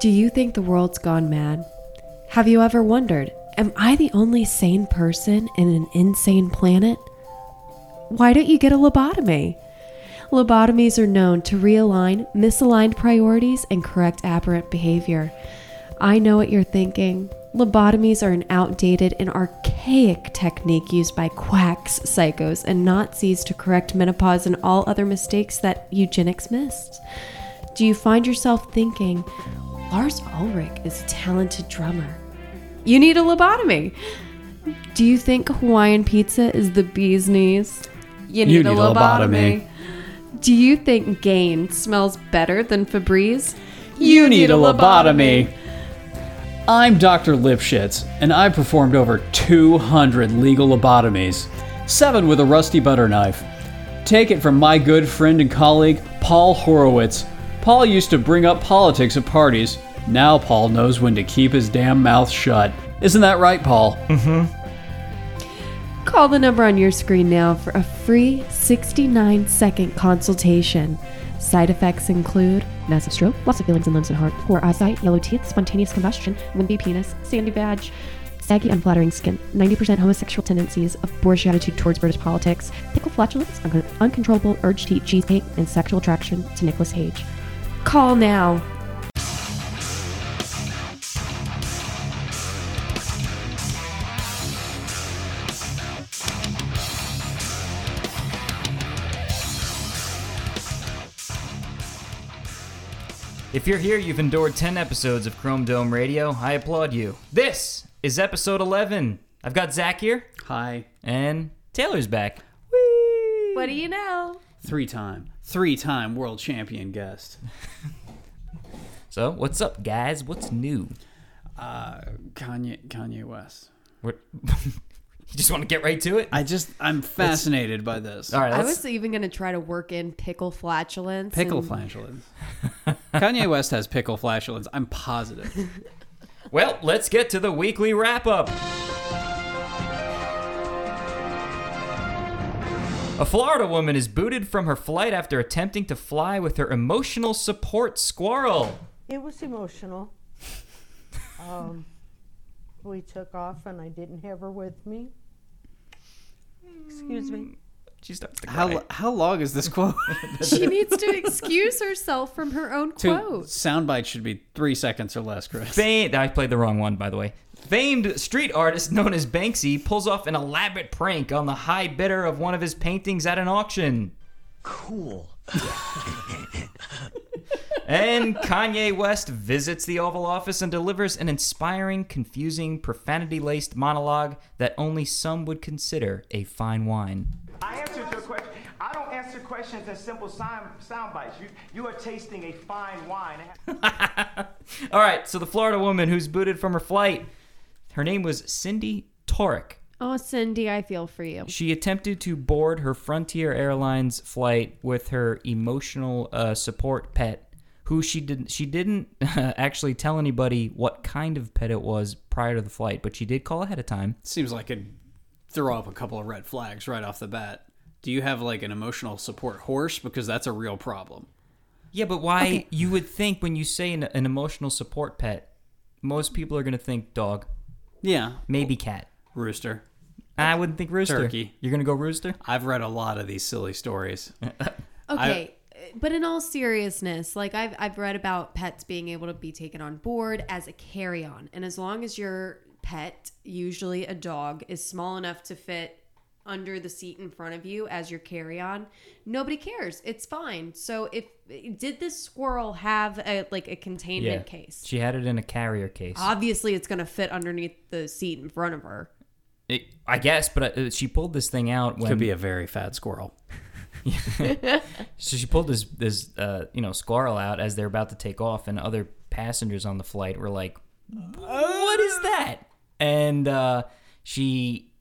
Do you think the world's gone mad? Have you ever wondered, am I the only sane person in an insane planet? Why don't you get a lobotomy? Lobotomies are known to realign misaligned priorities and correct aberrant behavior. I know what you're thinking. Lobotomies are an outdated and archaic technique used by quacks, psychos, and Nazis to correct menopause and all other mistakes that eugenics missed. Do you find yourself thinking, Lars Ulrich is a talented drummer? You need a lobotomy. Do you think Hawaiian pizza is the bee's knees? You need, You need a lobotomy. Do you think Gain smells better than Febreze? You need a lobotomy. I'm Dr. Lipschitz, and I've performed over 200 legal lobotomies, seven with a rusty butter knife. Take it from my good friend and colleague, Paul Horowitz. Paul used to bring up politics at parties. Now Paul knows when to keep his damn mouth shut. Isn't that right, Paul? Call the number on your screen now for a free 69 second consultation. Side effects include massive stroke, loss of feelings and limbs and heart, poor eyesight, yellow teeth, spontaneous combustion, wimpy penis, sandy badge, saggy unflattering skin, 90% homosexual tendencies, a boorish attitude towards British politics, pickle flatulence, un- uncontrollable urge to eat cheesecake, and sexual attraction to Nicholas Cage. Call Now. If you're here, you've endured 10 episodes of Chrome Dome Radio. I applaud you. This is episode 11. I've got Zach here, Hi. and Taylor's back. What do you know? Three time, three time world champion guest. So, what's up, guys? What's new? Uh, Kanye, Kanye West. We're- you just want to get right to it? I just, I'm fascinated by this. All right, I let's, was even going to try to work in pickle flatulence. Pickle and- flatulence. Kanye West has pickle flatulence. I'm positive. well, let's get to the weekly wrap up. A Florida woman is booted from her flight after attempting to fly with her emotional support squirrel. It was emotional. Um, we took off and I didn't have her with me. Excuse me. She starts to cry. How how long is this quote? She needs to excuse herself from her own Two quote. soundbite should be three seconds or less, Chris. Famed, I played the wrong one, by the way. Famed street artist known as Banksy pulls off an elaborate prank on the high bidder of one of his paintings at an auction. cool. And Kanye West visits the Oval Office and delivers an inspiring, confusing, profanity laced monologue that only some would consider a fine wine. I answered your question. I don't answer questions in simple sound, sound bites. You, you are tasting a fine wine. All right, so the Florida woman who's booted from her flight, her name was Cindy Torek. Oh, Cindy, I feel for you. She attempted to board her Frontier Airlines flight with her emotional uh, support pet, who she didn't she didn't actually tell anybody what kind of pet it was prior to the flight, but she did call ahead of time. Seems like it throw up a couple of red flags right off the bat. Do you have like an emotional support horse? Because that's a real problem. Yeah, but why? You would think when you say an, an emotional support pet, most people are gonna think dog, Yeah, maybe cat. rooster. I wouldn't think rooster. Turkey. You're gonna go rooster? I've read a lot of these silly stories. Okay. but in all seriousness, like I've I've read about pets being able to be taken on board as a carry-on, and as long as your pet, usually a dog, is small enough to fit under the seat in front of you as your carry-on, nobody cares. It's fine. So if did this squirrel have a like a containment case? She had it in a carrier case. Obviously, it's going to fit underneath the seat in front of her. It- I guess, but uh, she pulled this thing out when Could be a very fat squirrel. So she pulled this this uh, you know squirrel out as they're about to take off, and other passengers on the flight were like, "What is that?" And uh, she,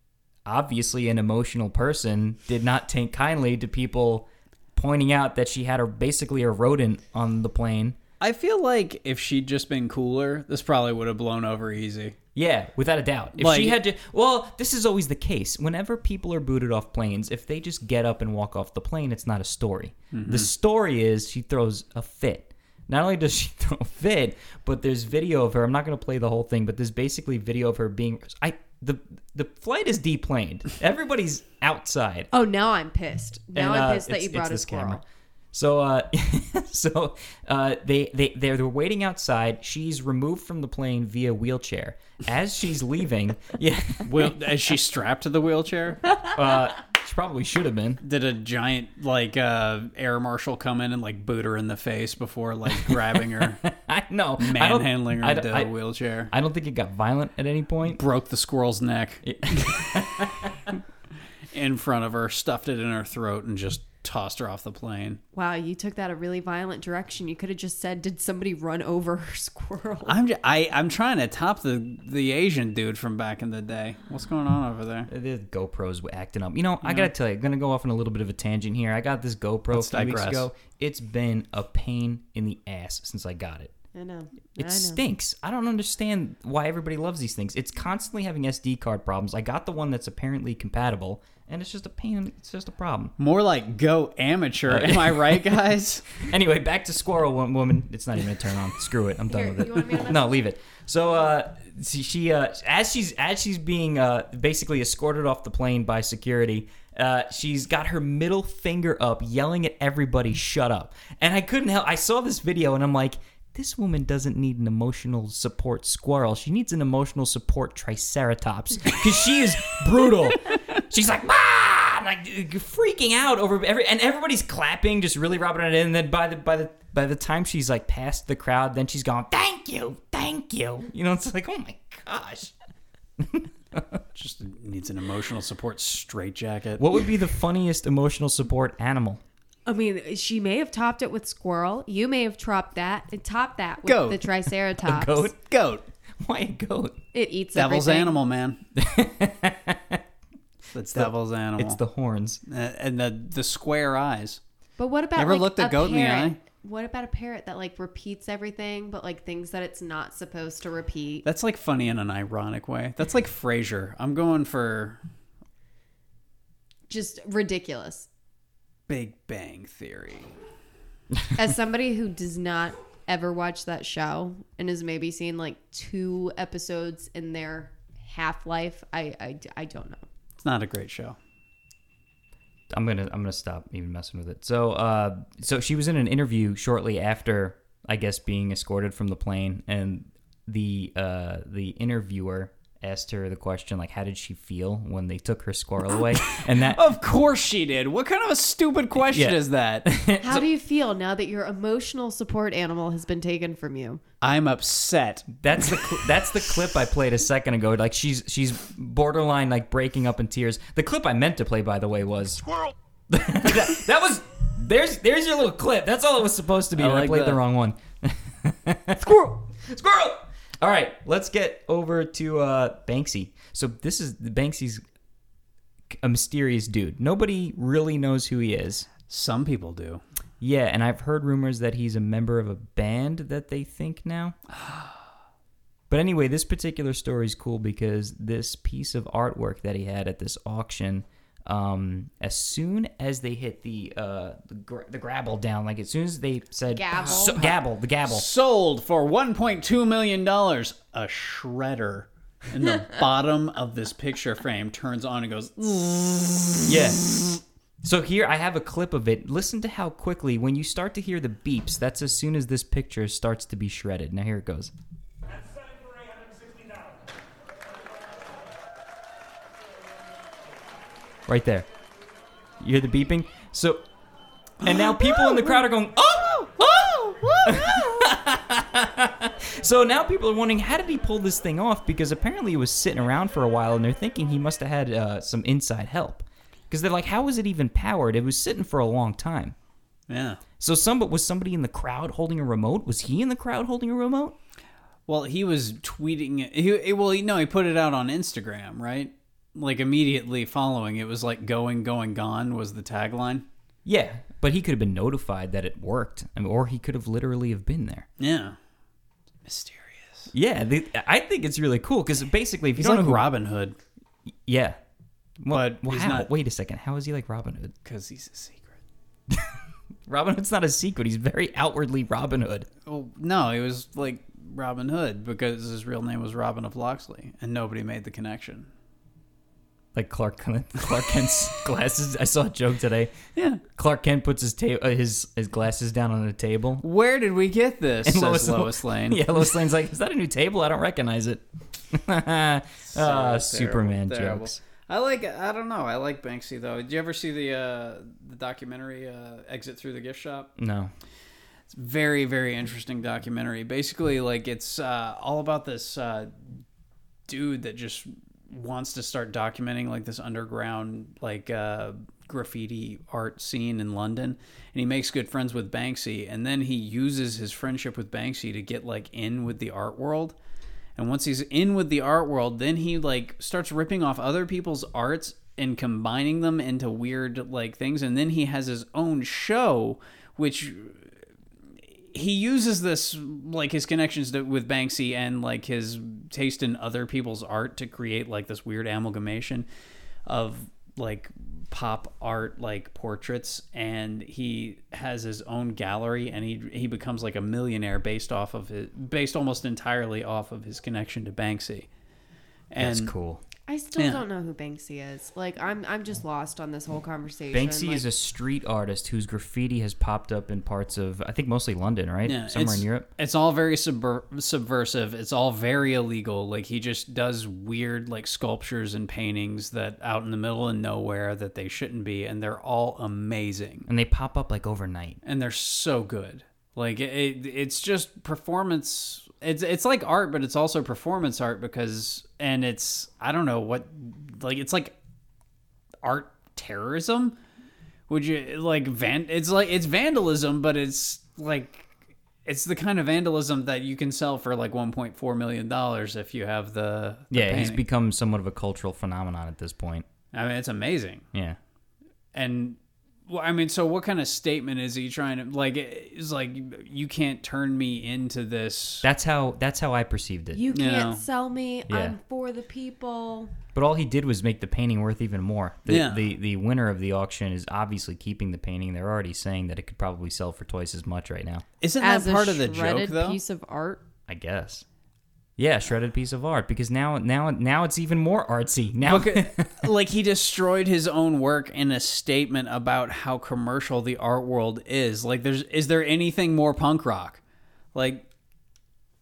obviously an emotional person, did not take kindly to people pointing out that she had a basically a rodent on the plane. I feel like if she'd just been cooler, this probably would have blown over easy. Yeah, without a doubt. If Like- she had to, well, this is always the case. Whenever people are booted off planes, if they just get up and walk off the plane, it's not a story. The story is she throws a fit. Not only does she throw a fit, but there's video of her. I'm not going to play the whole thing, but there's basically video of her being. I the the flight is deplaned. Everybody's outside. Oh, now I'm pissed. Now And, I'm uh, pissed that it's- you it's brought a this squirrel. camera. So, uh, so uh, they they they're, they're waiting outside. She's removed from the plane via wheelchair. As she's leaving, yeah, Will, is she strapped to the wheelchair? she probably should have been. Did a giant like uh, air marshal come in and like boot her in the face before like grabbing her, I know I don't- manhandling her I don't, into I, a wheelchair? I don't think it got violent at any point. Broke the squirrel's neck in front of her, stuffed it in her throat, and just tossed her off the plane. Wow, you took that a really violent direction. You could have just said, "Did somebody run over her squirrel?" I'm j- I, am i am trying to top the the Asian dude from back in the day. What's going on over there? The GoPros were acting up. You know, I gotta tell you, I'm gonna go off on a little bit of a tangent here. I got this GoPro Let's a few weeks digress. ago. It's been a pain in the ass since I got it. I know. It stinks. I don't understand why everybody loves these things. It's constantly having SD card problems. I got the one that's apparently compatible, and it's just a pain. It's just a problem. More like go amateur. Am I right, guys? Anyway, back to Squirrel Wo- Woman. It's not even a turn on. Screw it. I'm done Here, with it. you want me to mess no, leave it. So uh, she, she uh, as she's as she's being uh, basically escorted off the plane by security. Uh, she's got her middle finger up, yelling at everybody, "Shut up!" And I couldn't help. I saw this video, and I'm like, "This woman doesn't need an emotional support squirrel. She needs an emotional support triceratops because she is brutal." She's like, "Ah!" and, Like freaking out over every, and everybody's clapping, just really rubbing it in. And then by the by the by the time she's like past the crowd, then she's gone. Thank you, thank you. You know, it's like, oh my gosh. Just needs an emotional support straitjacket. What would be the funniest emotional support animal? I mean, she may have topped it with squirrel. You may have topped that. Topped that with Goat. the triceratops. Goat. Goat. Why a goat? It eats Devil's everything. animal, man. That's devil's animal. It's the horns. Uh, and the the square eyes. But what about Never like, looked a a goat in the parrot? eye? What about a parrot that like repeats everything, but like things that it's not supposed to repeat? That's like funny in an ironic way. That's like Frasier. I'm going for Just ridiculous. Big Bang Theory. As somebody who does not ever watch that show and has maybe seen like two episodes in their half life, I, I I don't know. It's not a great show. I'm gonna I'm gonna stop even messing with it. So uh so she was in an interview shortly after I guess being escorted from the plane and the uh the interviewer asked her the question like how did she feel when they took her squirrel away and that Of course she did. What kind of a stupid question Yeah. is that? How do you feel now that your emotional support animal has been taken from you? I'm upset. that's the cl- that's the clip I played a second ago like she's she's borderline like breaking up in tears the clip I meant to play by the way was Squirrel. that, that was there's there's your little clip that's all it was supposed to be I and I like played the that. wrong one Squirrel. Squirrel. All right, let's get over to uh, Banksy. So this is Banksy's a mysterious dude. Nobody really knows who he is. Some people do. Yeah, and I've heard rumors that he's a member of a band that they think now. But anyway, this particular story is cool because this piece of artwork that he had at this auction, um, as soon as they hit the uh, the, gra- the grabble down, like as soon as they said Gabble. So- gabble, the gabble, Sold for 1.2 million dollars. A shredder in the bottom of this picture frame turns on and goes. "Mm." Yeah. So here I have a clip of it. Listen to how quickly when you start to hear the beeps, that's as soon as this picture starts to be shredded. Now here it goes. That's selling for 860 now. Right there. You hear the beeping? So and now people in the crowd are going, "Oh! Oh!" so now people are wondering how did he pull this thing off because apparently he was sitting around for a while and they're thinking he must have had uh, some inside help. Because they're like, how was it even powered? It was sitting for a long time. Yeah. So some was somebody in the crowd holding a remote? Was he in the crowd holding a remote? Well, he was tweeting it. He, he- well, he, no, he put it out on Instagram, right? Like immediately following, it was like "going, going, gone" was the tagline. Yeah, but he could have been notified that it worked, I mean, or he could have literally have been there. Yeah, mysterious. Yeah, they, I think it's really cool because basically, if you He's don't like know who, Robin Hood yeah, But well, he's how? not- Wait a second, how is he like Robin Hood? because he's a secret. Robin Hood's not a secret. He's very outwardly Robin Hood. Well, no, he was like Robin Hood because his real name was Robin of Locksley, and nobody made the connection. Like Clark Kent- Clark Kent's glasses. I saw a joke today. Yeah. Clark Kent puts his ta- uh, his his glasses down on a table. Where did we get this? says Lois, Lane. Yeah, Lois Lane's like, is that a new table? I don't recognize it. Ah, Superman terrible. jokes. I like. I don't know. I like Banksy though. Did you ever see the uh, the documentary uh, "Exit Through the Gift Shop"? No. very very interesting documentary basically like it's uh, all about this uh, dude that just wants to start documenting like this underground like uh, graffiti art scene in london and he makes good friends with banksy and then he uses his friendship with banksy to get like in with the art world and once he's in with the art world then he like starts ripping off other people's arts and combining them into weird like things and then he has his own show which he uses this like his connections to, with Banksy and like his taste in other people's art to create like this weird amalgamation of like pop art like portraits and he has his own gallery and he he becomes like a millionaire based off of his based almost entirely off of his connection to Banksy. And That's cool. I still Yeah. don't know who Banksy is. Like I'm I'm just lost on this whole conversation. Banksy Like, is a street artist whose graffiti has popped up in parts of, I think, mostly London, right? Yeah, Somewhere it's- in Europe. It's all very subver- subversive. It's all very illegal. Like he just does weird like sculptures and paintings that out in the middle of nowhere that they shouldn't be, and they're all amazing And they pop up like overnight. and they're so good. Like it, it's just performance. It's it's like art, but it's also performance art because and it's I don't know what like it's like art terrorism. Would you like van? It's like it's vandalism, but it's like it's the kind of vandalism that you can sell for like 1.4 million dollars if you have the, the yeah, he's painting. become somewhat of a cultural phenomenon at this point. I mean, it's amazing Yeah. and well, I mean, so what kind of statement is he trying to like? Is like you can't turn me into this. That's how that's how I perceived it. you can't No. sell me. Yeah. I'm for the people. But all he did was make the painting worth even more. The, Yeah. the the winner of the auction is obviously keeping the painting. They're already saying that it could probably sell for twice as much right now. Isn't As that a part of the joke shredded though? piece of art. I guess. Yeah, shredded piece of art because now now now it's even more artsy. Now Okay, like he destroyed his own work in a statement about how commercial the art world is. Like, there's is there anything more punk rock? Like,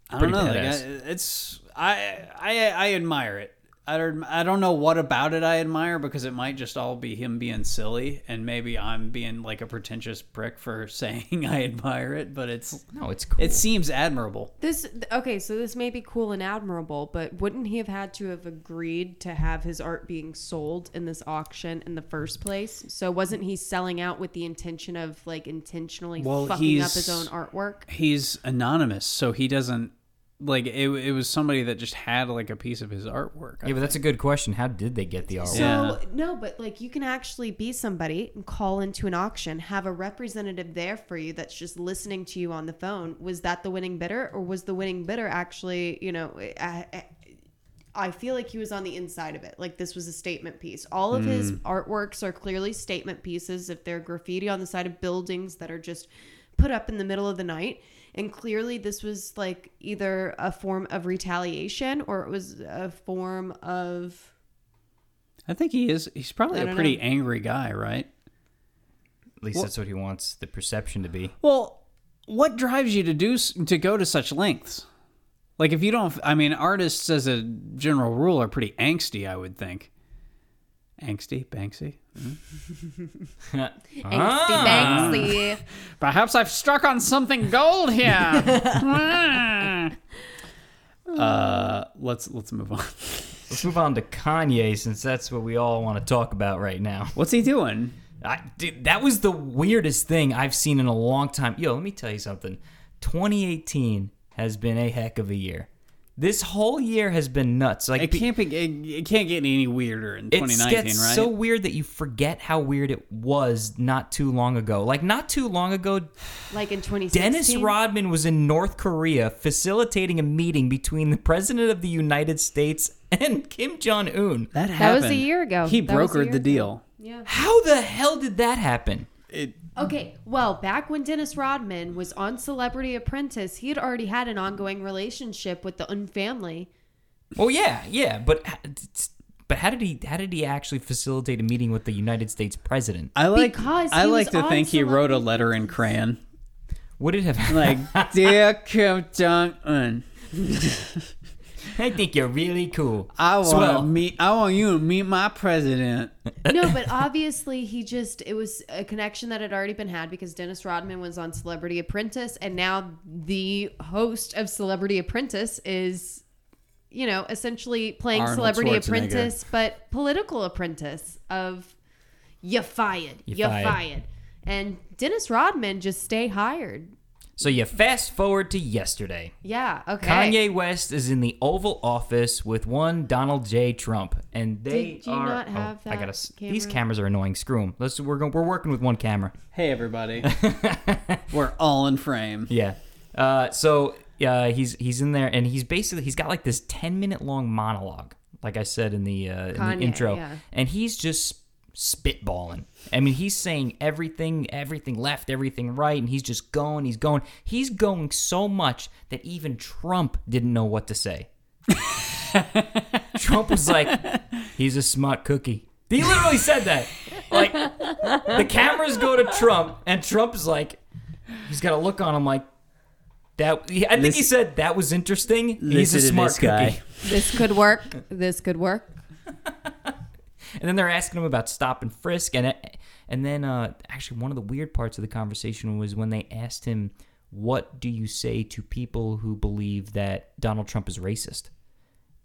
I don't Pretty know. Like, badass. I, it's I I I admire it. I don't I don't know what about it I admire because it might just all be him being silly and maybe I'm being like a pretentious prick for saying I admire it, but it's no, it's cool. it seems admirable. This okay, so this may be cool and admirable, but wouldn't he have had to have agreed to have his art being sold in this auction in the first place? So wasn't he selling out with the intention of like intentionally Well, fucking up he's- his own artwork? he's anonymous, so he doesn't like it. It was somebody that just had like a piece of his artwork. yeah, but that's a good question. How did they get the artwork? So Yeah. no, but like you can actually be somebody and call into an auction, have a representative there for you that's just listening to you on the phone. Was that the winning bidder, or was the winning bidder actually, you know, I, I- I feel like he was on the inside of it. Like this was a statement piece. All of his artworks are clearly statement pieces. If they're graffiti on the side of buildings that are just put up in the middle of the night. And clearly, this was like either a form of retaliation or it was a form of I think he is. He's probably I a don't pretty know. angry guy, right? At least that's what he wants the perception to be. Well, what drives you to do s- to go to such lengths? Like, if you don't, I mean, artists as a general rule are pretty angsty. I would think. Angsty, Banksy. Mm. Angsty Ah. Banksy. Perhaps I've struck on something gold here. Mm. uh, let's let's move on. Let's move on to Kanye since that's what we all want to talk about right now. What's he doing? I, dude, that was the weirdest thing I've seen in a long time. Yo, let me tell you something. 2018 has been a heck of a year. This whole year has been nuts. Like It be- can't be. It, it can't get any weirder in it 2019, gets right? so weird that you forget how weird it was not too long ago. Like not too long ago, Like in 2016. Dennis Rodman was in North Korea facilitating a meeting between the president of the United States and Kim Jong Un. That That was happened. a year ago. He That was a brokered year the ago. deal. Yeah. How the hell did that happen? It Okay, well, back when Dennis Rodman was on Celebrity Apprentice, he had already had an ongoing relationship with the Un family. Well, yeah, yeah, but but how did he how did he actually facilitate a meeting with the United States president? I like Because I he like was to on think he Celebrity wrote a letter in crayon. Would it have Like, dear Kim Jong Un, I think you're really cool. I want to Swell. meet. I want you to meet my president. No, but obviously he just it was a connection that had already been had because Dennis Rodman was on Celebrity Apprentice and now the host of Celebrity Apprentice is you know, essentially playing Arnold Celebrity Schwarzenegger. Apprentice but political apprentice of you fired, you, fired." fired. And Dennis Rodman just stay hired. So you fast forward to yesterday. Yeah, okay. Kanye West is in the Oval Office with one Donald J. Trump, and they Did you are. oh, not have I that gotta. s- These camera? cameras are annoying. Screw them. Let's. We're going. We're working with one camera. Hey everybody, we're all in frame. Yeah. Uh, so uh, he's he's in there, and he's basically he's got like this ten minute long monologue, like I said in the, uh, in Kanye, the intro, yeah. and he's just spitballing. I mean, he's saying everything, everything left, everything right, and he's just going, he's going, he's going so much that even Trump didn't know what to say. Trump was like, "He's a smart cookie." He literally said that. Like the cameras go to Trump, and Trump's like, he's got a look on him like that. he- I think he Listen- said that was interesting. He's Listen a to smart this guy. cookie. This could work. This could work. And then they're asking him about stop and frisk, and and then uh, actually one of the weird parts of the conversation was when they asked him, "What do you say to people who believe that Donald Trump is racist?"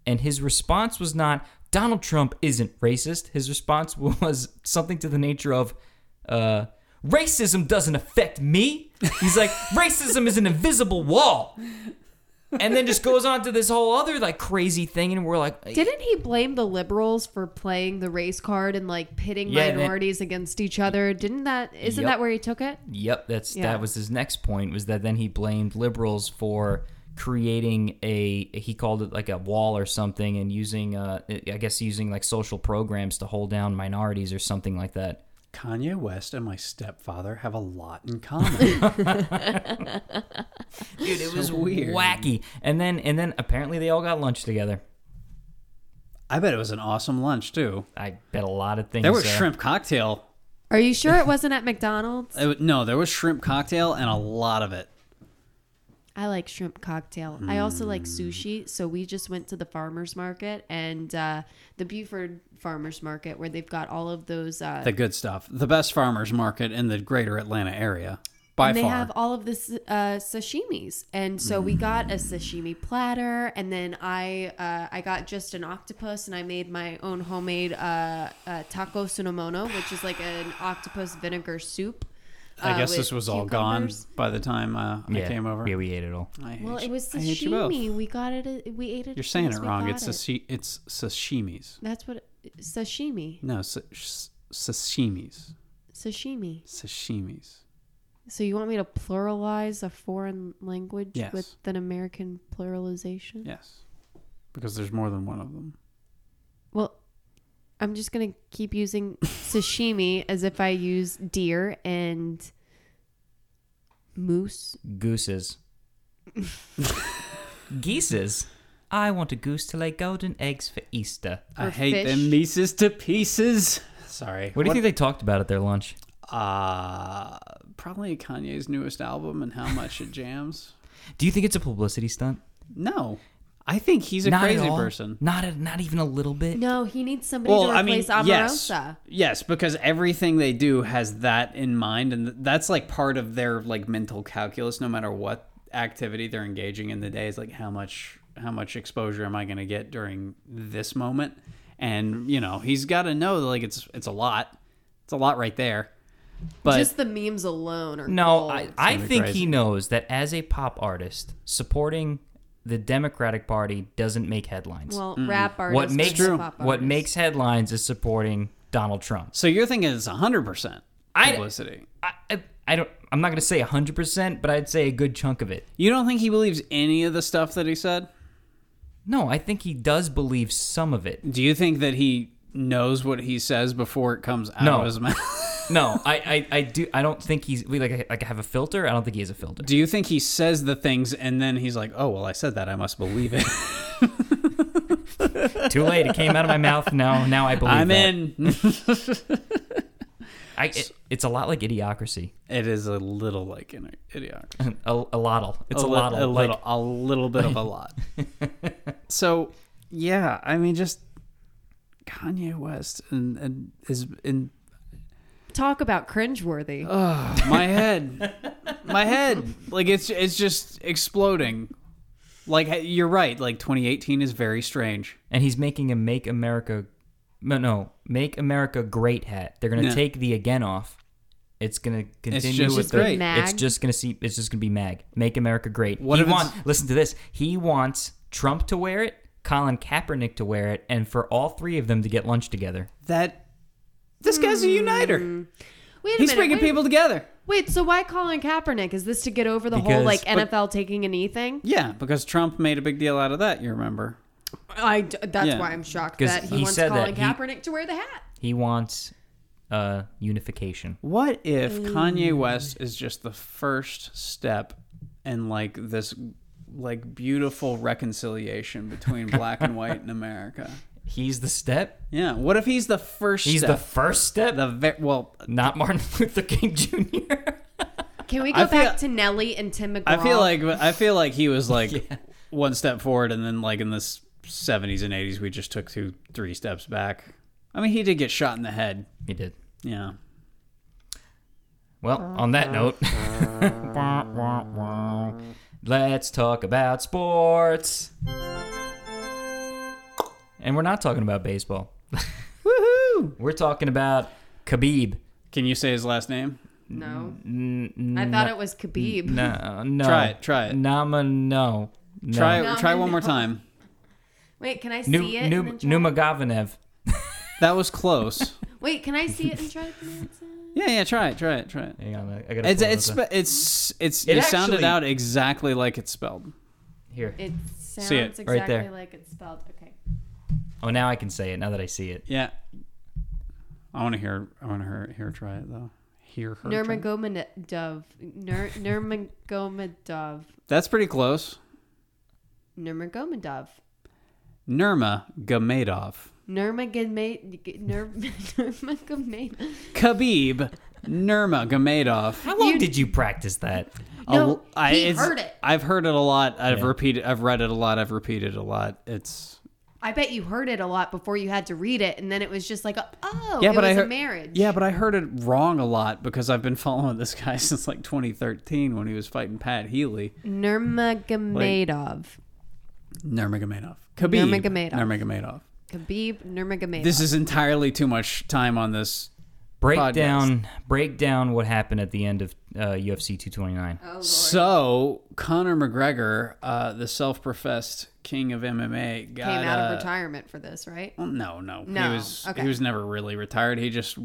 And his response was not Donald Trump isn't racist. His response was something to the nature of, uh, "Racism doesn't affect me." He's like, "Racism is an invisible wall." And then just goes on to this whole other like crazy thing, and we're like, Didn't he blame the liberals for playing the race card and like pitting Yeah, and it- minorities against each other? Didn't that isn't Yep. that where he took it? Yep, that's Yeah. that was his next point was that then he blamed liberals for creating a he called it like a wall or something and using uh I guess using like social programs to hold down minorities or something like that. Kanye West and my stepfather have a lot in common. Dude, it was weird. wacky. And then and then apparently they all got lunch together. I bet it was an awesome lunch too. I bet a lot of things. There was uh, shrimp cocktail. Are you sure it wasn't at McDonald's? It wa- no, there was shrimp cocktail and a lot of it. I like shrimp cocktail. I also like Hmm. sushi, so we just went to the farmers market and uh, the Buford farmers market where they've got all of those. Uh, The good stuff. The best farmers market in the greater Atlanta area by and they far. have all of this uh, sashimis, and so we got a sashimi platter, and then I uh, I got just an octopus, and I made my own homemade uh, uh, taco sunamono, which is like an octopus vinegar soup. I uh, guess with this was all gone cucumbers. by the time uh, yeah, I came over. Yeah, we ate it all. I hate Well, it you- was I hate you both. sashimi. we got it. At, we ate it. You're saying it wrong. It's sashimi. sashi- it's sashimis. That's what sashimi. No, sa- sh- sashimis. Sashimi. Sashimis. So you want me to pluralize a foreign language Yes. with an American pluralization? Yes. Because there's more than one of them. Well, I'm just gonna keep using sashimi as if I use deer and moose. Gooses. Geeses. I want a goose to lay golden eggs for Easter. I Or hate fish. them nieces to pieces. Sorry. What do you think they talked about at their lunch? Uh, probably Kanye's newest album and how much it jams. Do you think it's a publicity stunt? No. I think he's a not crazy at all. person. Not a, not even a little bit. No, he needs somebody Well, to I mean, replace yes, Omarosa. yes, because everything they do has that in mind, and th- that's like part of their like mental calculus. No matter what activity they're engaging in the day, is like how much how much exposure am I going to get during this moment? And you know, he's got to know like it's it's a lot, it's a lot right there. But Just the memes alone are No, gold. I, I be think crazy. he knows that as a pop artist, supporting the Democratic Party doesn't make headlines. well, rap artists. mm, what makes and pop what artists. makes headlines is supporting Donald Trump. so you're thinking it's hundred percent I- publicity. I, I, I don't. I'm not going to say 100, percent but I'd say a good chunk of it. you don't think he believes any of the stuff that he said? No, I think he does believe some of it. Do you think that he knows what he says before it comes out No. of his mouth? No, I, I, I do. I don't think he's we like I- like I have a filter. I don't think he has a filter. Do you think he says the things and then he's like, "Oh well, I said that. I must believe it. Too late. It came out of my mouth. Now now I believe. I'm that. in." I, it- it's a lot like idiocracy. it is a little like an idiocracy. A, a lottle. It's a, li- lottle. a like- little, a little bit of a lot. so, yeah, I mean, just Kanye West and, and is in Talk about cringeworthy. my head, my head, like it's it's just exploding. Like you're right. Like 2018 is very strange. and he's making a "Make America," no, no, "Make America Great" hat. They're gonna Yeah. take the again off. It's gonna continue just with great. the. Mag. It's just gonna see. It's just gonna be mag. Make America Great. What he if it's- want, Listen to this. He wants Trump to wear it, Colin Kaepernick to wear it, and for all three of them to get lunch together. That this guy's a uniter. Mm. Wait a He's minute. bringing wait, people together. wait, so why Colin Kaepernick? Is this to get over the whole Because- like but- NFL taking an E thing? Yeah, because Trump made a big deal out of that. You remember? I, d- that's Yeah. why I'm shocked 'Cause that he, he wants said Colin that he- Kaepernick to wear the hat. He wants uh, unification. What if Kanye Mm. West is just the first step in like this like beautiful reconciliation between black and white in America? He's the step. Yeah. What if he's the first He's step? the first step. the ve- well, not Martin Luther King Jr. Can we go I feel- back to Nelly and Tim McGraw? I feel like I feel like he was like one step forward and then like in the 70s and 80s we just took two three steps back. I mean, he did get shot in the head. he did. Yeah. Well, Uh-huh. on that note, Uh-huh. wah, wah, wah. let's talk about sports. And we're not talking about baseball. Woohoo! We're talking about Khabib. Can you say his last name? no. I thought it was Khabib. No, no. Try it, try it. Nama, no. no. Try No. try one more time. Wait, can I see Nu- it? and Nu- then try- Numagavanev. That was close. Wait, can I see it and try to pronounce it? yeah, yeah, try it, try it, try it. Hang on, I- I gotta. It's pull it's this up. spe- it's it's It you sounded actually- out exactly like it's spelled. here. It sounds it, exactly right there. like it's spelled. Okay. Oh, now I can say it. Now that I see it. Yeah. I want to hear I want to hear hear her try it though. Hear her. try it. Nurmagomedov. Nur- Nurmagomedov. That's pretty close. Nurmagomedov. Nurma Gamedov. Nurmagomedov. Nurmagomedov. Khabib Nurma Gamedov. How long did you practice that? No, I- he it's- heard it. I've heard it a lot. I've repeated I've read it a lot. I've repeated it a lot. It's I bet you heard it a lot before you had to read it, and then it was just like, oh, Yeah, it but was I a heard- marriage. Yeah, but I heard it wrong a lot because I've been following this guy since like 2013 when he was fighting Pat Healy. Nurmagomedov. Nurmagomedov. Khabib. Nurmagomedov. Nurmagomedov. Khabib Nurmagomedov. This is entirely too much time on this. Break Podcast. down. Break down what happened at the end of uh, UFC 229. Oh, So Conor McGregor, uh, the self-professed king of MMA, got came out uh, of retirement for this, right? No, no, No, he was okay. he was never really retired. He just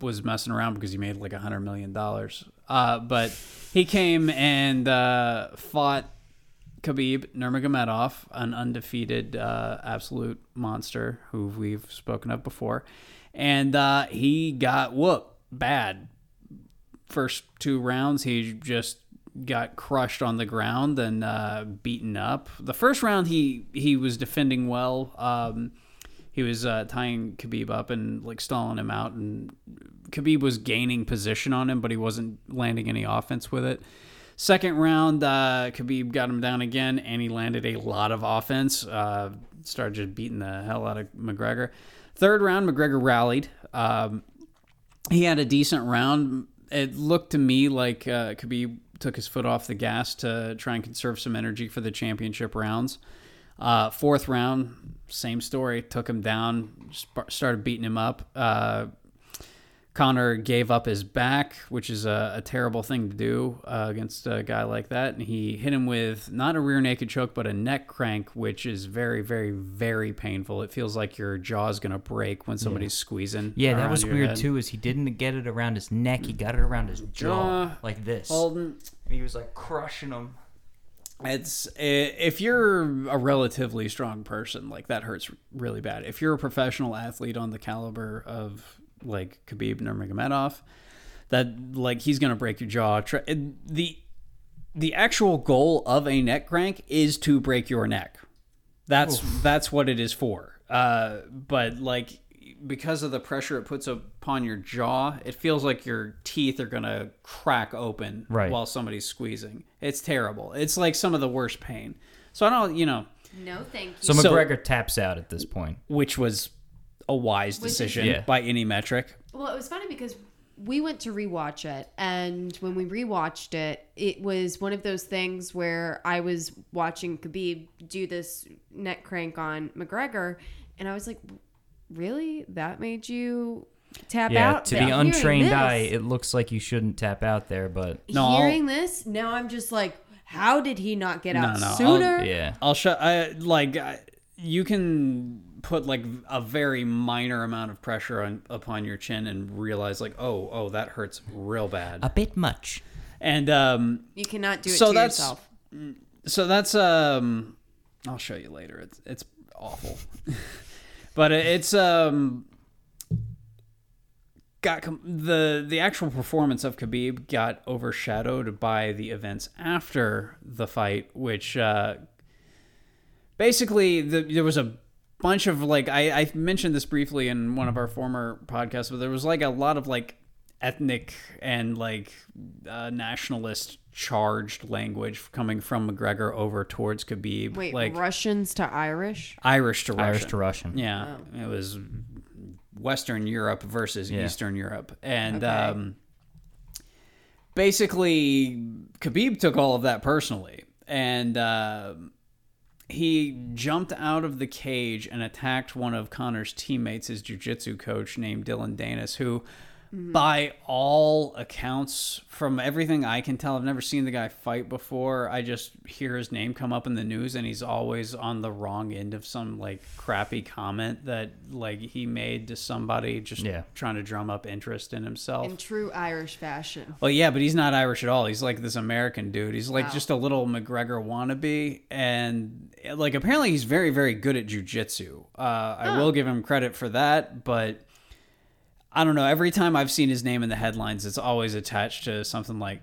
was messing around because he made like a hundred million dollars. Uh, but he came and uh, fought Khabib Nurmagomedov, an undefeated uh, absolute monster who we've spoken of before, and uh, he got whooped bad. First two rounds, he just got crushed on the ground and uh, beaten up. The first round, he he was defending well. Um, he was uh, tying Khabib up and like stalling him out, and Khabib was gaining position on him, but he wasn't landing any offense with it. Second round, uh, Khabib got him down again, and he landed a lot of offense. Uh, started just beating the hell out of McGregor. Third round, McGregor rallied. Um, he had a decent round. It looked to me like uh, Khabib took his foot off the gas to try and conserve some energy for the championship rounds. Uh, fourth round, same story. Took him down, sp- started beating him up. Uh, Connor gave up his back, which is a, a terrible thing to do uh, against a guy like that. And he hit him with not a rear naked choke, but a neck crank, which is very, very, very painful. It feels like your jaw's going to break when somebody's squeezing. Yeah, that around was your weird head. too. Is he didn't get it around his neck? He got it around his jaw, Jaw. like this. Holden, And he was like crushing him. It's i- if you're a relatively strong person, like that hurts really bad. If you're a professional athlete on the caliber of like Khabib Nurmagomedov, that like he's gonna break your jaw. Try- The the actual goal of a neck crank is to break your neck. That's that's what it is for. Uh, but like because of the pressure it puts upon your jaw, it feels like your teeth are gonna crack open Right. while somebody's squeezing. It's terrible. It's like some of the worst pain. So I don't, you know, No, thank you. So So- McGregor taps out at this point. which was a wise is- decision Yeah. by any metric. Well, it was funny because we went to rewatch it, and when we rewatched it, it was one of those things where I was watching Khabib do this neck crank on McGregor, and I was like, "Really? That made you tap Yeah, out?" to Now, the hearing untrained this- eye, it looks like you shouldn't tap out there, but No, I'll- hearing this, now I'm just like, "How did he not get out no, I'll- sooner?" yeah. I'll show. I like I, you can put like a very minor amount of pressure on upon your chin and realize like oh oh that hurts real bad. bit much. And um You cannot do it So to that's- yourself. so that's um I'll show you later. It's it's awful. but it- it's um got com- the the actual performance of Khabib got overshadowed by the events after the fight which uh basically the, there was a bunch of like I, I mentioned this briefly in one of our former podcasts but there was like a lot of like ethnic and like uh, nationalist charged language coming from mcgregor over towards khabib Wait, like Russians to Irish? irish to russian Irish to Russian. yeah it was western europe versus Yeah. eastern europe and um basically Khabib took all of that personally, and uh, he jumped out of the cage and attacked one of Connor's teammates, his jiu-jitsu coach named Dylan Danis, who. By all accounts, from everything I can tell, I've never seen the guy fight before. I just hear his name come up in the news, and he's always on the wrong end of some like crappy comment that like he made to somebody, just Yeah. trying to drum up interest in himself. In true Irish fashion. Well, yeah, but he's not Irish at all. He's like this American dude. He's like just a little McGregor wannabe, and eh, like apparently he's very, very good at jujitsu. Uh, I will give him credit for that, but I don't know. Every time I've seen his name in the headlines, it's always attached to something like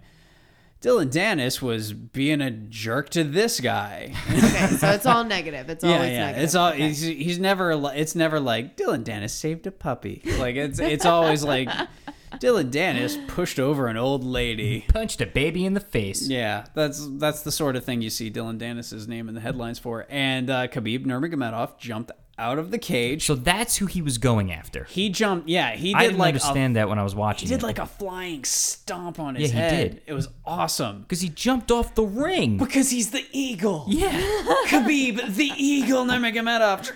Dylan Dennis was being a jerk to this guy. Okay, so it's all negative. It's yeah, always yeah. negative. It's all he's, he's never. li- It's never like Dylan Dennis saved a puppy. Like it's it's always like. Dylan Dennis pushed over an old lady. Punched a baby in the face. Yeah, that's that's the sort of thing you see Dylan Dennis's name in the headlines for. And uh, Khabib Nurmagomedov jumped out of the cage. So that's who he was going after. He jumped. Yeah, he I did didn't like a, understand that when I was watching he did it. like a flying stomp on his Yeah, he head. did. It was awesome Because he jumped off the ring. because he's the eagle. Yeah. Khabib, the eagle Nurmagomedov,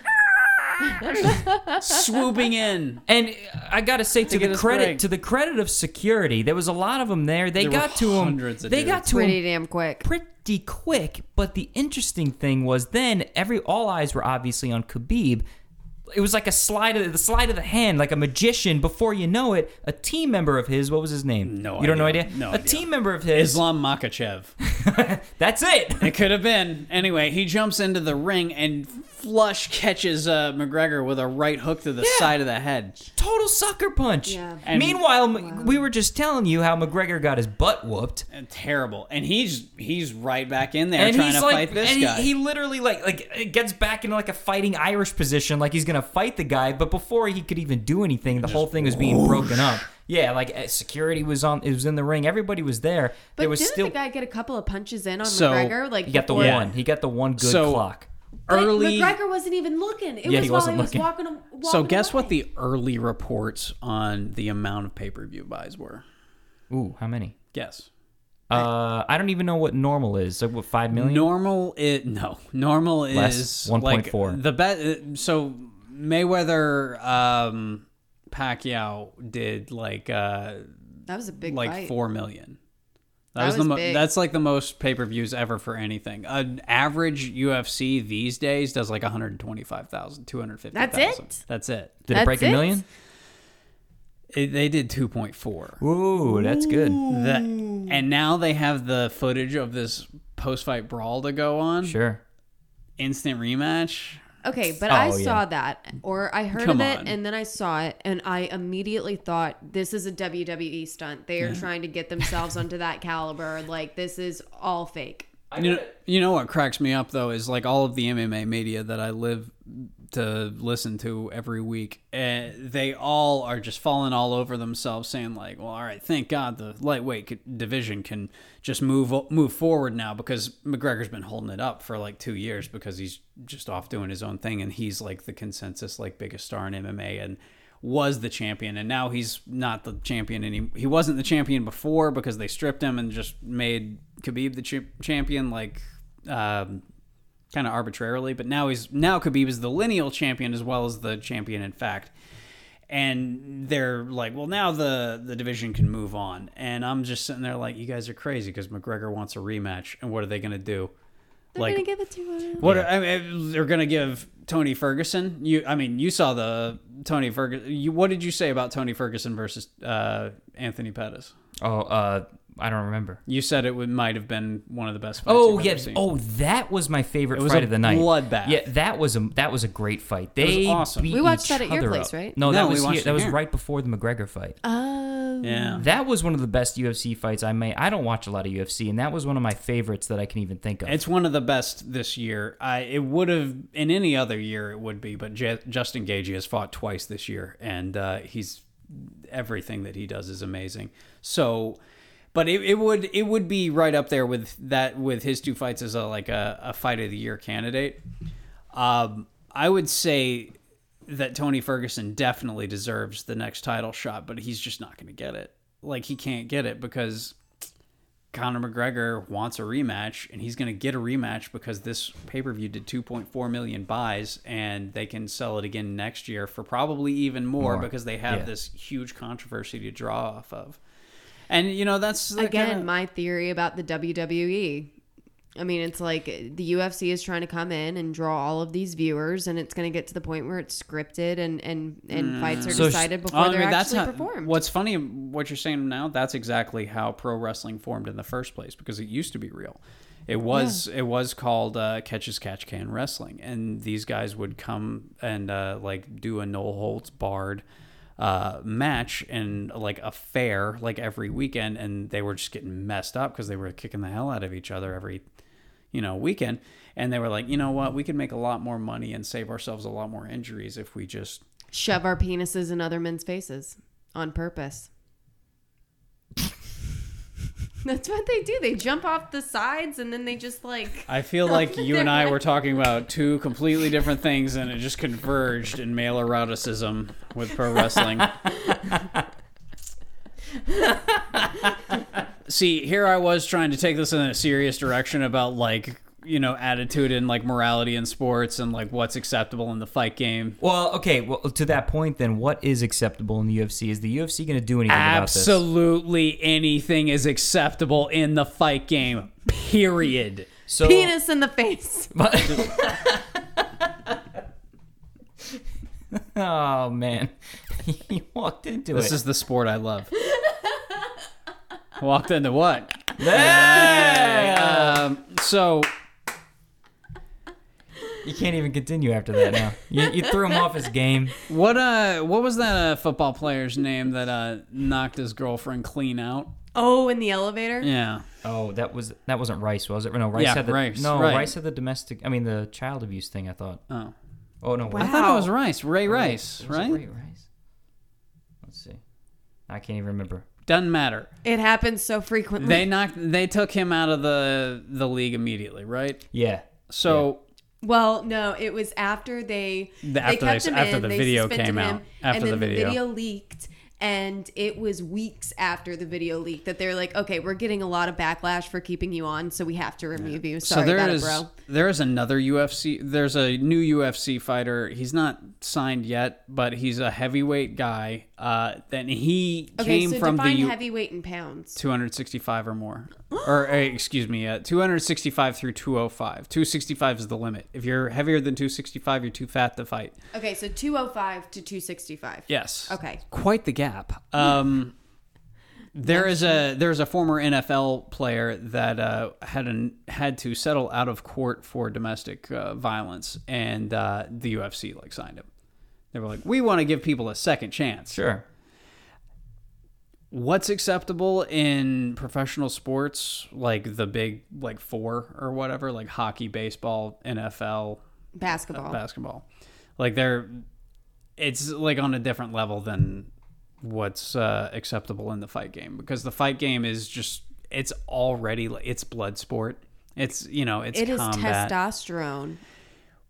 swooping in. And I gotta say to, get the his credit break. to the credit of security, there was a lot of them there. They There were got to him. hundreds of they got dudes. to pretty him damn quick. pretty quick. But the interesting thing was then every all eyes were obviously on Khabib. It was like a slide of the slide of the hand, like a magician. Before you know it, a team member of his, what was his name? No you don't know idea. idea. No a idea. team member of his. Islam Makachev. That's it. It could have been. Anyway, he jumps into the ring and flush catches uh, McGregor with a right hook to the side of the head. Total sucker punch. Yeah. And- Meanwhile, m we were just telling you how McGregor got his butt whooped. and terrible. And he's he's right back in there and trying he's to like, fight this and he- guy. He, literally like like gets back into like a fighting Irish position, like he's gonna fight the guy. But before he could even do anything, the whole thing was being broken up. Yeah, like eh, security was on, it was in the ring. Everybody was there. But there was didn't still the guy get a couple of punches in on So, McGregor? Like he got the before- one. He got the one good So- clock. But early. McGregor wasn't even looking. It Yeah, was he while wasn't he was looking. walking. a- walking so guess what away. the early reports on the amount of pay per view buys were? Ooh, how many? Guess. Uh, I don't even know what normal is. Like what five million? Normal it no. Normal Less, is 1.4. Like, the bet. So Mayweather, um, Pacquiao did like uh, that was a big like fight. four million. That, That was, was the mo- big. that's like the most pay per views ever for anything. An average UFC these days does like 125,000, 250,000. That's it? That's it. Did it That's break a it? million? It- they did 2.4. Ooh, that's good. That, and now they have the footage of this post fight brawl to go on. Sure. Instant rematch. Okay, but Oh, I yeah. saw that, or I heard Come of it, on. and then I saw it, and I immediately thought this is a WWE stunt. They are trying to get themselves onto that caliber. Like this is all fake. You know, you know what cracks me up though is like all of the MMA media that I live to listen to every week. Uh, they all are just falling all over themselves, saying like, "Well, all right, thank God the lightweight c- division can just move o- move forward now because McGregor's been holding it up for like two years because he's just off doing his own thing and he's like the consensus like biggest star in MMA and." was the champion and now he's not the champion anymore. He wasn't the champion before because they stripped him and just made Khabib the ch- champion like um, kind of arbitrarily, but now he's now Khabib is the lineal champion as well as the champion in fact. And they're like, well, now the the division can move on. And I'm just sitting there like, you guys are crazy because McGregor wants a rematch. And what are they going to do? They're like, I'm gonna give it to him. what I mean, they're gonna give Tony Ferguson? You, I mean, you saw the Tony Ferguson. You, what did you say about Tony Ferguson versus uh, Anthony Pettis? Oh, uh, I don't remember. You said it would, might have been one of the best. Fights Oh you've yeah. ever seen. Oh, that was my favorite was fight a of the night. bloodbath. Yeah, that was a that was a great fight. They awesome. We watched that each at your other place, up. right? No, No, that we was watched here, it that was here. right before the McGregor fight. Oh, yeah. That was one of the best UFC fights I may. I don't watch a lot of UFC, and that was one of my favorites that I can even think of. It's one of the best this year. I it would have in any other year it would be, but J- Justin Gage has fought twice this year, and uh, he's everything that he does is amazing. So, but it, it would it would be right up there with that with his two fights as a like a, a fight of the year candidate. Um, I would say that Tony Ferguson definitely deserves the next title shot, but he's just not going to get it. Like he can't get it because Conor McGregor wants a rematch, and he's going to get a rematch because this pay per view did 2.4 million buys, and they can sell it again next year for probably even more, because they have yeah. this huge controversy to draw off of. And you know that's uh, the Again, kinda- my theory about the WWE. I mean, it's like the UFC is trying to come in and draw all of these viewers, and it's going to get to the point where it's scripted and and and fights are So sh- decided before Oh, they're actually how- performed. What's funny, what you're saying now, that's exactly how pro wrestling formed in the first place because it used to be real. It was it was called uh, catch as catch can wrestling, and these guys would come and uh, like do a no holds barred uh, match and like a fair like every weekend, and they were just getting messed up because they were kicking the hell out of each other every you know, weekend. And they were like, you know what, we could make a lot more money and save ourselves a lot more injuries if we just Shove our penises in other men's faces on purpose. That's what they do. They jump off the sides and then they just like I feel like you and I were talking about two completely different things, and it just converged in male eroticism with pro wrestling. See, here I was trying to take this in a serious direction about like you know attitude and like morality in sports and like what's acceptable in the fight game. well, okay. Well, to that point, then, what is acceptable in the UFC? Is the UFC going to do anything about Absolutely anything is acceptable in the fight game. Period. this? So, penis in the face. oh man, you walked into This it. is the sport I love. Walked into what? Um, so you can't even continue after that. Now you, you threw him off his game. what? Uh, what was that uh, football player's name that uh, knocked his girlfriend clean out? Oh, in the elevator. Yeah, Oh, that was that wasn't Rice, was it? No, Rice Yeah, had the Rice, no right. Rice had the domestic. I mean, the child abuse thing. I thought. Oh. Oh no. I Wow. thought it was Rice, Ray Rice, right? Rice. Let's see. I can't even remember. Doesn't matter. It happens so frequently. They knocked. They took him out of the the league immediately, right? Yeah. So Well, no, it was after they after they kept they- him after in, the they video suspended came him, out. After and the then video. leaked, and it was weeks after the video leaked that they're like, okay, we're getting a lot of backlash for keeping you on, so we have to remove you. Sorry so there about is it, bro. there is another UFC. There's a new UFC fighter. He's not signed yet, but he's a heavyweight guy. Uh, then he Okay, came so from the define U- heavyweight in pounds. 265 or more or eh, excuse me uh, 265 through 205 265 is the limit if you're heavier than 265 you're too fat to fight Okay, so oh two hundred five to two sixty five. yes Okay. quite the gap um There is a there's a former NFL player that uh, had an, had to settle out of court for domestic uh, violence, and uh, the UFC like signed him. They were like, we want to give people a second chance. Sure. What's acceptable in professional sports, like the big like four or whatever, like hockey, baseball, NFL, Basketball. basketball. Like they're it's like on a different level than what's uh, acceptable in the fight game because the fight game is just it's already it's blood sport. It's you know it's It is combat. testosterone.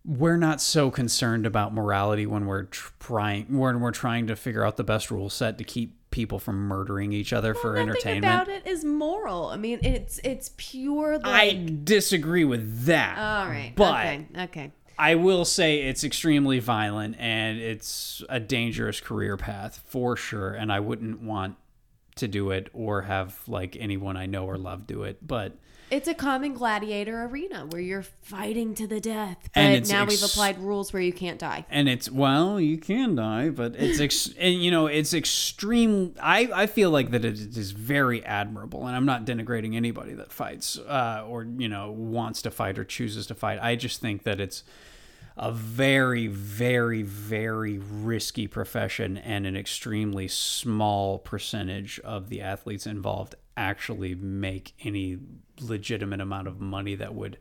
We're not so concerned about morality when we're trying when we're trying to figure out the best rule set to keep people from murdering each other for Nothing entertainment. about it is moral. I mean, it's it's pure like. I disagree with that. uh, all right. but okay. Okay. I will say it's extremely violent and it's a dangerous career path for sure. And I wouldn't want to do it or have like anyone I know or love do it. But It's a common gladiator arena where you're fighting to the death, but And it's now we've ex- applied rules where you can't die. and it's well, you can die, but it's ex- and you know it's extreme. I I feel like that it is very admirable, and I'm not denigrating anybody that fights uh, or you know wants to fight or chooses to fight. I just think that it's a very, very, very risky profession, and an extremely small percentage of the athletes involved actually make any legitimate amount of money that would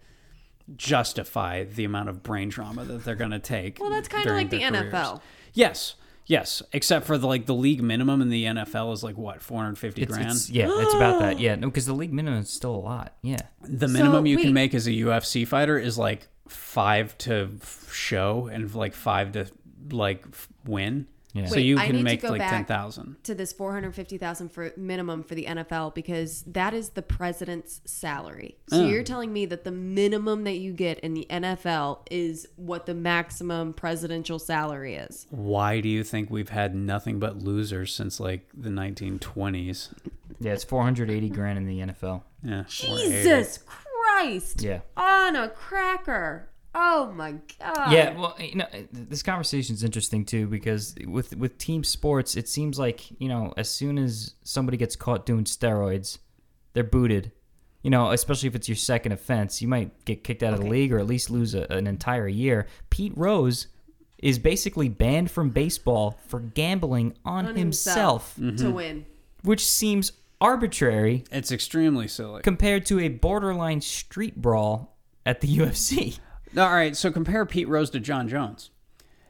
justify the amount of brain trauma that they're going to take. Well, that's kinda during like the their careers. NFL. Yes. Yes, except for the like the league minimum in the NFL is like what four hundred fifty It's, grand. it's- yeah, it's about that. Yeah, no, because the league minimum is still a lot. Yeah. the minimum you wait. can make as a UFC fighter is like five to f- show and like five to like f- win. Yeah. So Wait, you I need can to make go like back. ten thousand. To this 450,000 for minimum for the NFL because that is the president's salary. So Hmm. you're telling me that the minimum that you get in the NFL is what the maximum presidential salary is. Why do you think we've had nothing but losers since like the nineteen twenties? Yeah, it's 480 grand in the NFL. Yeah, or 80. Jesus Christ. Yeah. On a cracker. Oh my god. Yeah, well, you know, this conversation's interesting too because with with team sports, it seems like you know, as soon as somebody gets caught doing steroids, they're booted. You know, especially if it's your second offense, you might get kicked out of the league or at least lose a, an entire year. Pete Rose is basically banned from baseball for gambling on, On himself, Mm-hmm. to win. which seems arbitrary It's extremely silly. compared to a borderline street brawl at the UFC. All right, so compare Pete Rose to John Jones.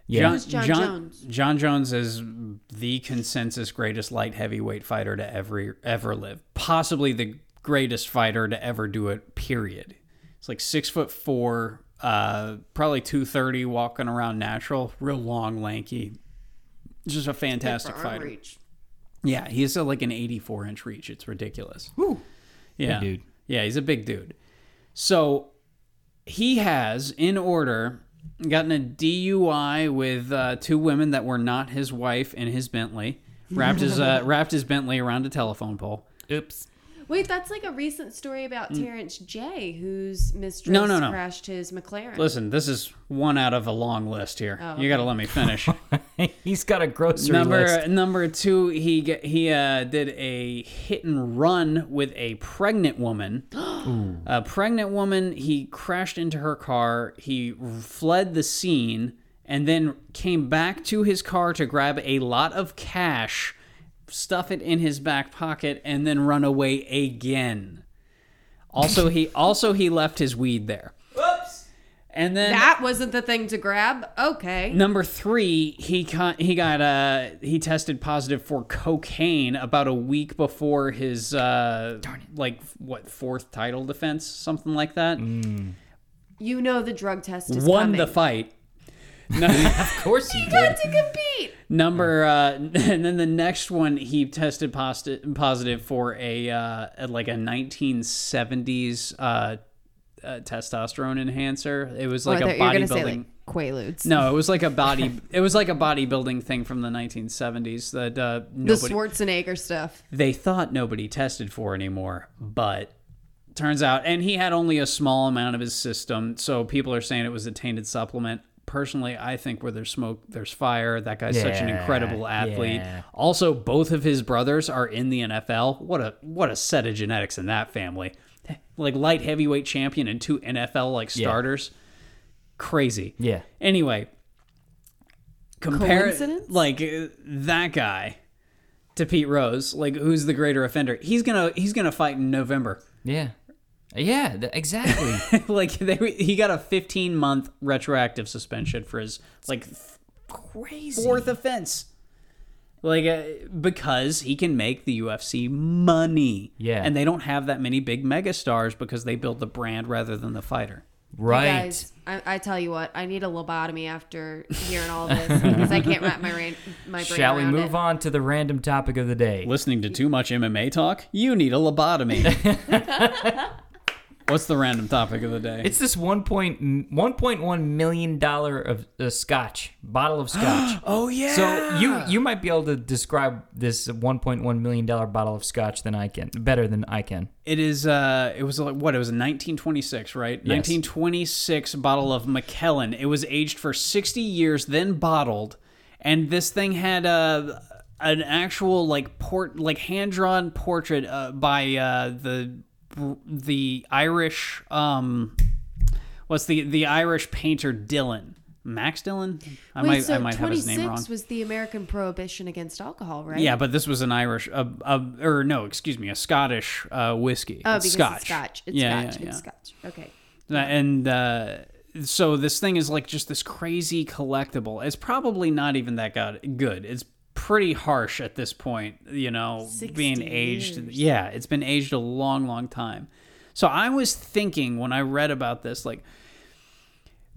Yeah. John, Who's John John Jones? John Jones is the consensus greatest light heavyweight fighter to ever ever live. Possibly the greatest fighter to ever do it. Period. It's like six foot four, uh, probably two thirty, walking around natural, real long, lanky. Just a fantastic Arm fighter. reach. Yeah, he's a, like an 84 inch reach. It's ridiculous. Yeah. Big dude. Yeah, he's a big dude. So he has, in order, gotten a DUI with uh, two women that were not his wife in his Bentley, wrapped his, uh, wrapped his Bentley around a telephone pole. Oops. Wait, that's like a recent story about Terrence J, whose mistress Mm. No, no, no. crashed his McLaren. Listen, this is one out of a long list here. you got to let me finish. He's got a grocery number list. number two, he ge- he uh, did a hit and run with a pregnant woman. a pregnant woman. He crashed into her car. He fled the scene and then came back to his car to grab a lot of cash, stuff it in his back pocket, and then run away again. Also, he also he left his weed there. Whoops. And then that wasn't the thing to grab. Okay. Number three, he con- he got uh he tested positive for cocaine about a week before his uh like what fourth title defense something like that. You know the drug test is Won coming. the fight. No- Of course he Got did. to compete. number uh, and then the next one he tested posti- positive for a uh, like a 1970s uh, uh, testosterone enhancer. It was like oh, I a thought you were gonna say bodybuilding. like Quaaludes. No, it was like a body. it was like a bodybuilding thing from the 1970s that uh, the nobody Schwarzenegger stuff. they thought nobody tested for anymore, but turns out, and he had only a small amount of his system, so people are saying it was a tainted supplement. personally, I think where there's smoke, there's fire. That guy's such an Yeah, incredible athlete. yeah. Also, both of his brothers are in the NFL. What a what a set of genetics in that family. Like light heavyweight champion and two NFL like Yeah. starters. Crazy. Yeah. Anyway, compare Coincidence? like uh, that guy to Pete Rose. Like who's the greater offender? He's gonna he's gonna fight in November. Yeah. Yeah, th- exactly. like they, he got a 15 month retroactive suspension for his like Crazy. fourth offense like uh, because he can make the UFC money Yeah. and they don't have that many big megastars because they build the brand rather than the fighter Right. You guys, I, I tell you what, I need a lobotomy after hearing all this because I can't wrap my brain. My brain Shall we around move it. on to the random topic of the day? listening to too much MMA talk you need a lobotomy what's the random topic of the day It's this one point one point one million dollar of uh, scotch bottle of scotch. oh yeah So you you might be able to describe this one point one million dollar bottle of scotch than I can, better than I can. it is uh it was like what it was 1926 right 1926 bottle of mckellen it was aged for 60 years then bottled and this thing had uh an actual like port like hand-drawn portrait uh, by uh the the irish um what's the the irish painter dylan max dylan i Wait, might so i might have his name 26 wrong was the American prohibition against alcohol, right? yeah, but this was an Irish, uh, uh, or no, excuse me, a Scottish uh, whiskey. Oh, It's because Scotch. it's Scotch. It's Yeah, Scotch. yeah, It's yeah. Scotch. Okay. Uh, and uh, so this thing is like just this crazy collectible. It's probably not even that good. Good. It's pretty harsh at this point, you know, being aged. Yeah, it's been aged a long, long time. So I was thinking when I read about this, like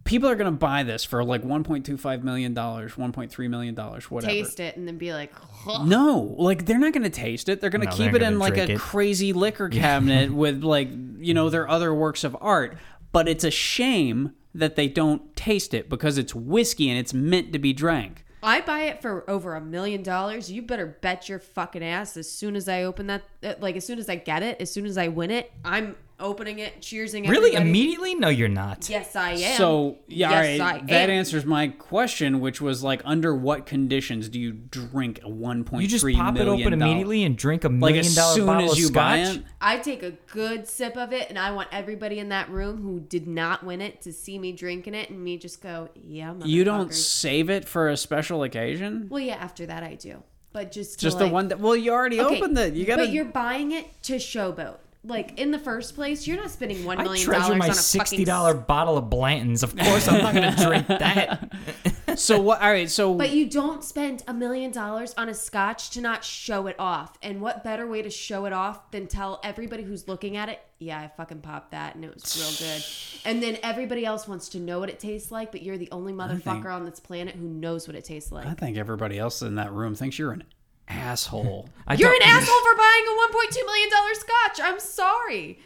people are going to buy this for like 1.25 million dollars, 1.3 million dollars, whatever. Taste it and then be like, No, like they're not going to taste it. They're going to No, they're keep it gonna in like drink a it. crazy liquor cabinet with like, you know, their other works of art. But it's a shame that they don't taste it because it's whiskey and it's meant to be drank. I buy it for over a million dollars. You better bet your fucking ass as soon as I open that, uh, like as soon as I get it, as soon as I win it, I'm opening it, cheersing. Really? everybody. Immediately? No, you're not. Yes, I am. So, yeah, Yes, all I right, that am. answers my question, which was like, under what conditions do you drink a one point You just three pop million it open immediately and drink a Like million as dollar soon bottle as you of buy scotch. it, I take a good sip of it, and I want everybody in that room who did not win it to see me drinking it, and me just go, "Yeah, you don't motherfuckers." save it for a special occasion. Well, yeah, after that I do, but just to, Just the like- one that. Well, you already Okay, opened it. You gotta. But you're buying it to showboat. Like in the first place, you're not spending one I million treasure dollars my on a sixty fucking dollar bottle of Blanton's. Of course, I'm not going to drink that. so what? All right. So But you don't spend a million dollars on a scotch to not show it off. And what better way to show it off than tell everybody who's looking at it, yeah, I fucking popped that and it was real good. And then everybody else wants to know what it tastes like, but you're the only motherfucker on this planet who knows what it tastes like. I think everybody else in that room thinks you're an asshole. I You're an don't- asshole for buying a $1.2 million scotch. I'm sorry.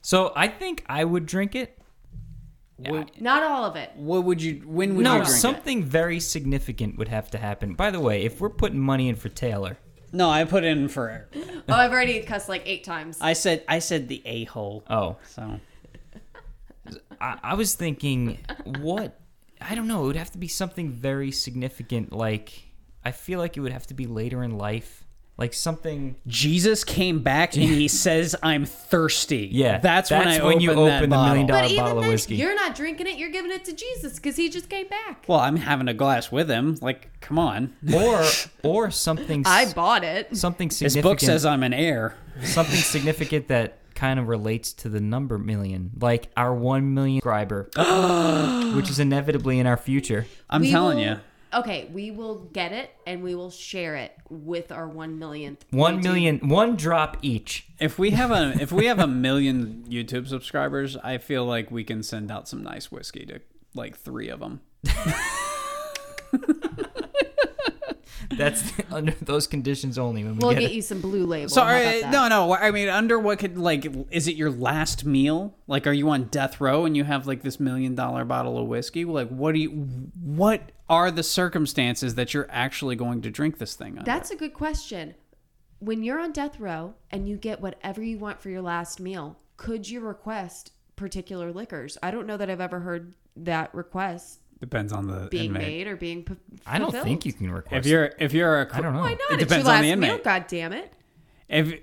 So I think I would drink it. Not all of it. what would you? When would you No, drink something very significant would have to happen. By the way, if we're putting money in for Taylor, it? No, I put in for. Oh, I've already cussed like eight times. I said. I said the a hole. oh, So I, I was thinking, what? I don't know. It would have to be something very significant. Like, I feel like it would have to be later in life. Like something. Jesus came back and he says, "I'm thirsty." Yeah, that's, when I that's when you open that open the bottle. million dollar- but even bottle of then, whiskey. you're not drinking it. You're giving it to Jesus because he just came back. Well, I'm having a glass with him. Like, come on. Or, or something. I bought it. something This significant. book says I'm an heir. something significant that kind of relates to the number million, like our one million subscriber, which is inevitably in our future. I'm We telling will- you. Okay, we will get it and we will share it with our one millionth. One YouTube- million, one drop each. If we have a if we have a million YouTube subscribers, I feel like we can send out some nice whiskey to like three of them. That's under those conditions only when we We'll get, get it. you some blue label. How about Sorry, that? no, no. I mean, under what could like is it your last meal? Like, are you on death row and you have like this million dollar bottle of whiskey? Like, what do you? What are the circumstances that you're actually going to drink this thing? Under? That's a good question. When you're on death row and you get whatever you want for your last meal, could you request particular liquors? I don't know that I've ever heard that request Depends on the being inmate. made or being. P- I don't fulfilled. think you can request. If you're if you're a I don't know. Why not? It It's your depends on last the meal. inmate. God damn it! if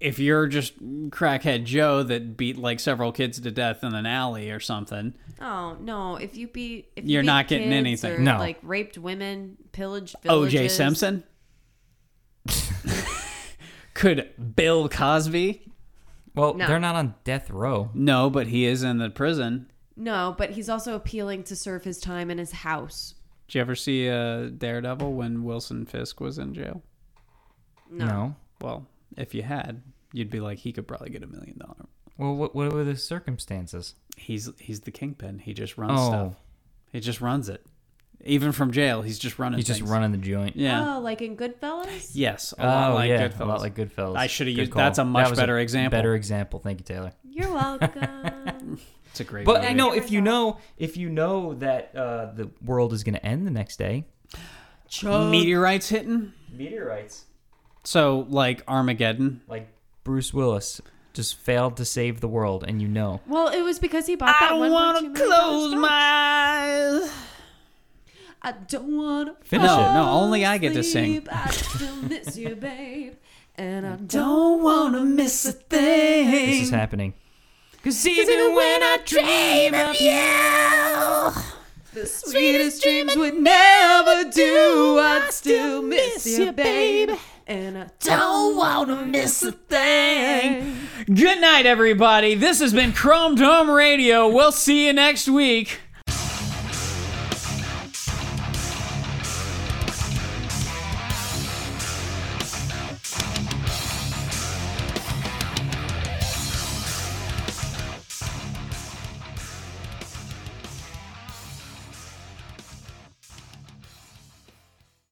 if you're just crackhead Joe that beat like several kids to death in an alley or something, Oh no! If you be, if You're you beat not getting kids anything. or, No. like raped women, pillaged. O.J. villages. Simpson, could Bill Cosby? Well, No. they're not on death row. No, but he is in the prison. No, but he's also appealing to serve his time in his house. Did you ever see uh, Daredevil when Wilson Fisk was in jail? No. Well, if you had, you'd be like, he could probably get a million dollars. Well, what what were the circumstances? He's he's the kingpin. He just runs Oh. stuff. He just runs it. Even from jail, he's just running. He's just things. running the joint. Oh, Yeah. Oh, like in Goodfellas. Yes. A lot like yeah, Goodfellas. a lot like Goodfellas. I shoulda Good used- that's a much was better example. Better example. Thank you, Taylor. You're welcome. It's a great. But movie. I know if you know if you know that uh, the world is going to end the next day. um, meteorites hitting. Meteorites. So like Armageddon. Like Bruce Willis just failed to save the world, and you know. well, it was because he bought that one. wanna want to my eyes. I don't want to Finish No, no, only I get to sing. I still miss you, babe, and I don't. Don't wanna miss a it. This is thing. happening. Cause even when I dream of you, The sweetest dreams would never do. I still miss you, babe, and I don't wanna miss a thing. Good night, everybody. This has been Chrome Dome Radio. We'll see you next week.